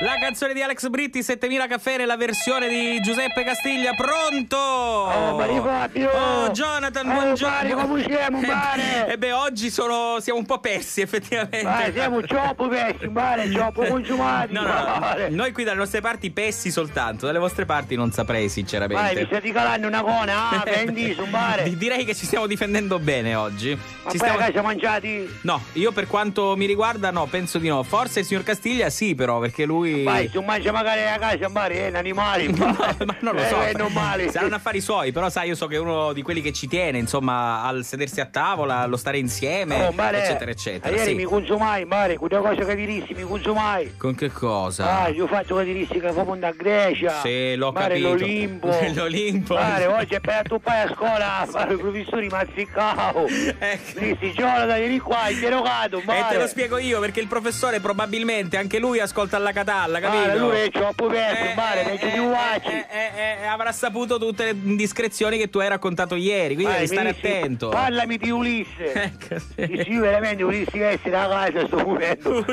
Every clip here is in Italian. La canzone di Alex Britti, 7000 caffè nella versione di Giuseppe Castiglia. Pronto? Oh, pari Fabio! Oh, Jonathan, Eh, Eh, buongiorno. pari, come siamo, pare? E beh, oggi sono, siamo un po' persi, effettivamente. Ma siamo troppo pessimi, pare, troppo consumati, No, no, no. pare. Noi qui dalle nostre parti pessi soltanto, dalle vostre parti non saprei Vai, mi sinceramente. stai regalando una cona, ah, prendi, su, pare. Di- direi che ci stiamo difendendo bene oggi. Ma Ci poi stiamo- a casa mangiati... No, io per quanto mi riguarda no, penso di no. Forse il signor Castiglia sì però, perché lui... Vai, tu mangia magari a casa, pare, è un animale, No, pare. ma non lo Eh, Oh, so. è normale. Saranno affari suoi, però sai, io so che è uno di quelli che ci tiene, insomma, al sedersi a tavola, allo stare insieme, Oh, pare, eccetera, eccetera. Ieri Sì. mi consumai, pare, quella cosa che dirissi, mi consumai. Con che cosa? Ah, gli ho fatto che dirissi che proprio da Grecia. Sì, l'ho pare, capito. l'Olimpo. L'Olimpo. Pare, oggi è per tu vai a scuola a fare i professori, mi azziccavo. Ecco. Dirissi, Jonathan, vieni qua, interrogato, pare. E te lo spiego io perché il professore probabilmente anche lui ascolta alla catalla, capito? Pare, lui è troppo perso, Eh, pare, eh, peggio di eh, Uaci. eh, eh, eh, avrà saputo tutte le indiscrezioni che tu hai raccontato ieri, quindi Vai, devi stare Ulisse, attento. Parlami di Ulisse. Ecco, sì. Dici, io veramente Ulisse deve essere a casa a sto momento.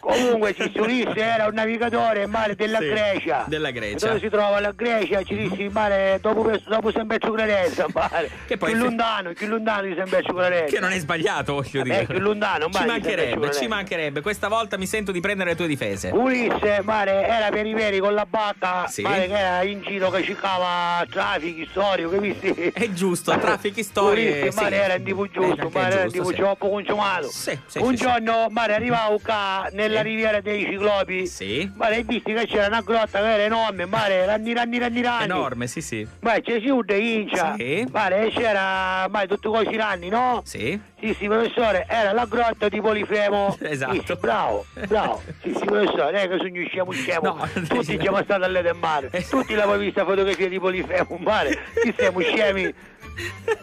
Comunque ci Ulisse era un navigatore in mare della Sì, Grecia. della Grecia. Mm-hmm. Dove si trova la Grecia? Ci disse in mare dopo, questo- dopo San Bezzo Clarezza, mare. Che poi- più lontano, più lontano di San Bezzo Clarezza. Che non è sbagliato, voglio Vabbè, dire. più lontano, ci vai, sempre mancherebbe, ci Uh. ci voleva. mancherebbe. Questa volta mi sento di prendere le tue difese. Ulisse, mare, era per i veri con la barca, Sì. mare che era in giro che cercava traffici, storie, capisci? È giusto, traffichi, storie, Ulisse, sì. mare, era un tipo Era giusto, anche mare, era un giusto, tipo sì. troppo consumato. Sì, sì, un sì, giorno, mare, arrivavo qua nella Sì. riviera dei ciclopi, Sì. mare, visti che c'era una grotta che era enorme, mare, ranni, ranni, ranni, ranni. Enorme, sì, sì. Ma c'è un incia, Sì. mare, c'era, mare, tutti quei ranni, no? Sì. Sì, sì, professore, era la grotta di Polifemo. Esatto. Sì, sì, bravo, bravo. Sì, sì, professore, non è che sogno scemo scemo. No, Tutti sì. siamo stati alle del mare. Eh. Tutti l'abbiamo vista fotografia di Polifemo in mare. Sì, siamo scemi.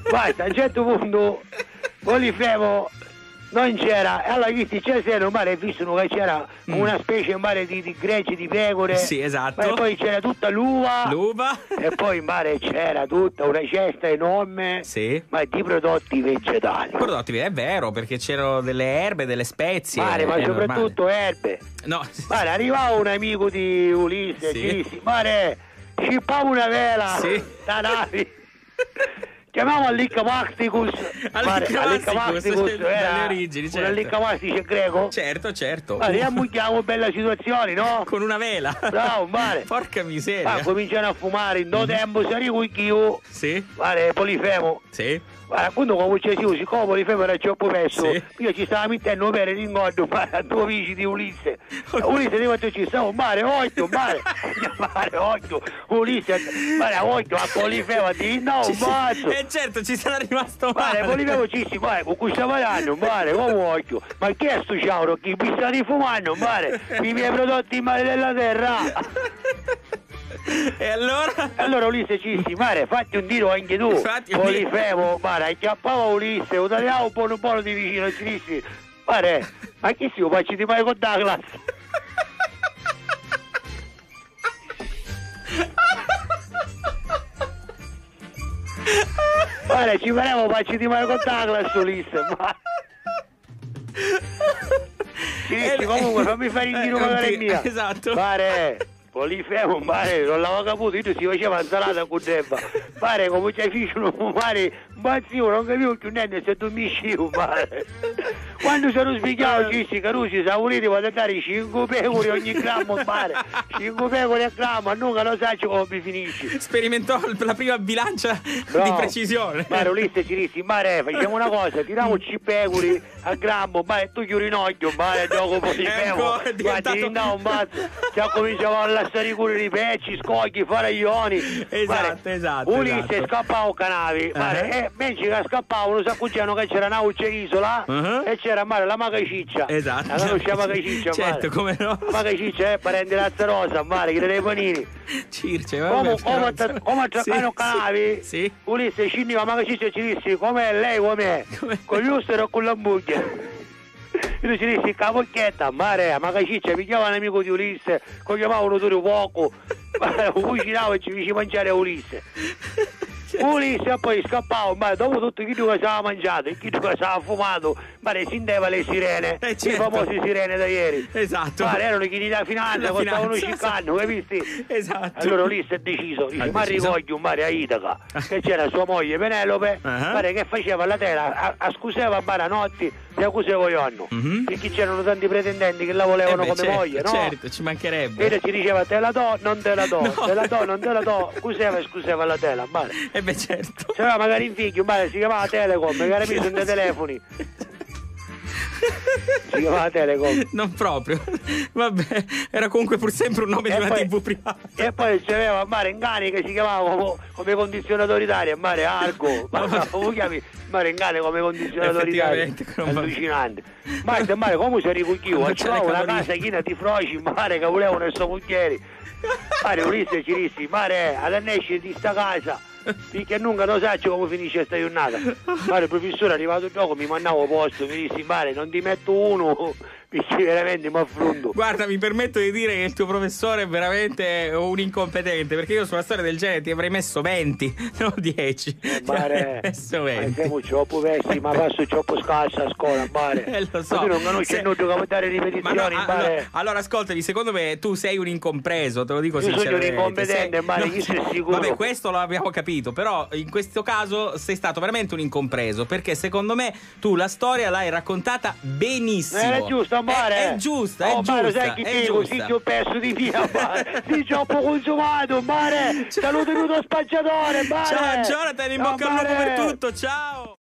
Basta, a un certo punto Polifemo non c'era. E allora visti c'è sera in mare e visto che c'era Mm. una specie in mare di, di gregge, di pecore. Sì, esatto. Ma poi Eh. c'era tutta l'uva. L'uva. E poi in mare c'era tutta una cesta enorme. Sì. Ma di prodotti vegetali. Prodotti, è vero, perché c'erano delle erbe, delle spezie. Mare, ma è normale. soprattutto erbe. No, Mare, arrivava un amico di Ulisse, Sì. ci disse, mare, scippavo una vela Sì. da navi. Chiamavo Allicavasticus. Allicavasticus, cioè, dalle era origini, un certo. Allicavastice greco. certo, certo. Mare, ammucchiamo bella situazione, no? Con una vela. Bravo, mare. Porca Ma miseria. cominciano a fumare, in Mm-hmm. do tempo si arrivo io. Sì, Mare, polifemo. sì. Guarda, quando come c'è si siccome Polifemo era troppo perso, Sì. io ci stavo mettendo per il ringordo ma a due amici di Ulisse. Ulisse arriva e ci stavo, mare, occhio, mare, mare, occhio, Ulisse, mare, occhio, a Polifemo, di no, Ci si- mazzo. Eh certo, ci sarà rimasto male. Mare, Polifemo ci si, mare, con cui stavo andando, mare, come occhio, ma chi è sto ciauro, chi mi sta rifumando, mare, i miei prodotti in mare della terra. E allora? E Allora Ulisse Cissi, mare, fatti un tiro anche tu. Fatti un tiro. Polifemo, mare, acchiappava Ulisse, lo tagliavo un po' un po' di vicino Cissi. Mare, ma chi si faccio di mai con Douglas? Mare, ci faremo facci di mai con Douglas Ulisse, ma... Cissi, Eh, comunque fammi fare il eh, tiro un magari tiro, mia. esatto. Mare, Polifemo, mare, non l'avevo caputo, io si faceva insalata con Debba. Mare, come c'è fisso non fumare, ma zio, non capivo più niente se dormisci, mare. Quando sono spiegato, Cissi, Carusi, Sauriti, vado a dare 5 pecore ogni grammo, mare. 5 pecore a grammo, a nulla lo sai come mi finisci. Sperimentò la prima bilancia di Bravo. precisione. Mare, Ulisse, Cirissi, mare, facciamo una cosa, tiriamoci pecore a grammo, mare, tu chiudi un occhio, mare, gioco Polifemo. Ecco, è Guarda, diventato- ti rinda un mazzo. Già cominciamo a lasciare i curi di pecci, scogli, faraglioni. Esatto, Mare, esatto, Ulisse esatto. scappava con navi, mare, Eh. e mentre che scappavano, s'accugiano che c'era una uccia isola Uh-huh. e c'era, mare, la magaciccia. Esatto. La conosciamo magaciccia, Certo, mare. come no. Magaciccia è parente razzarosa, mare, che dei panini. Circe, vabbè, Come, però, come, insomma. attra- come attraccano Sì, canavi, Sì. sì. Ulisse scendeva, ma che ci sei, ci dissi, com'è lei, com'è? Com'è? Con gli ustero o con l'ambuglia? Io ci dissi, cavocchietta, mare, ma che ciccia, mi chiamava un amico di Ulisse, lo chiamavano solo poco, ma cucinavo e ci feci mangiare a Ulisse. Cioè, pulisse e poi scappavo, ma dopo tutto chi tu che si mangiato e chi tu che si fumato, ma ne senteva le sirene, Eh, certo. le famose sirene da ieri. Esatto. Ma erano i chini da finanza, La costavano finanza, 5 anni, capisci? Esatto. Allora lì si è deciso, Ha dice, ma deciso. rivoglio un mare a Itaca, che c'era sua moglie Penelope, Ah. pare che faceva la terra, a, a scuseva a notti, si accuseva io anno, Mhm. perché c'erano tanti pretendenti che la volevano Eh beh, come certo, moglie, no? Certo, ci mancherebbe. Vede si diceva te la do, non te la do, No. te la do, non te la do, scuseva e scuseva la tela, male. Eh beh, certo. Se aveva magari un figlio, male, si chiamava Telecom, che era preso nei telefoni. Si chiamava Telecom. Non proprio. Vabbè, era comunque pur sempre un nome di una TV privata. e poi c'aveva a mare Ngani che si chiamava come, come condizionatore d'aria, a mare Argo, ma No, ma vabbè. come chiami mare Ngani come condizionatore d'aria? Effettivamente, non va- Allucinante. Ma se mare come si ricucchiva? Non C'era c'è le una calorie. casa china di froci, mare che volevano i somucchieri. Mare Ulisse ci dissi, mare adesso di sta casa. Perché nunca lo saccio come finisce sta giornata. Mare il professore è arrivato il gioco, mi mandavo a posto, mi dissi mare non ti metto uno, perché veramente mi affronto. Guarda, mi permetto di dire che il tuo professore è veramente un incompetente, perché io sulla storia del genere ti avrei messo 20, non 10. Ti avrei Mare, messo ma 20. siamo troppo vecchi, ma passo troppo scarsa a scuola, mare. Eh, lo so. Ma tu non conosci Se- il nudo come dare Ma no, ripetizioni, a- allora, mare. allora, ascoltami, secondo me tu sei un incompreso, te lo dico Io sono un sinceramente. incompetente, Sei- Mario, io sono sicuro. Vabbè, questo lo abbiamo capito, però in questo caso sei stato veramente un incompreso, perché secondo me tu la storia l'hai raccontata benissimo. Eh, era Eh, giusto, mare. È, è giusta, è oh, giusta. Mare, sai chi è dico? Sì, giusta. ci ho perso di via, mare. Sì, ci ho un po' consumato, mare. Ciao. Saluto tutto spacciatore, mare. Ciao Jonathan, in Ciao, bocca al lupo mare. per tutto, ciao!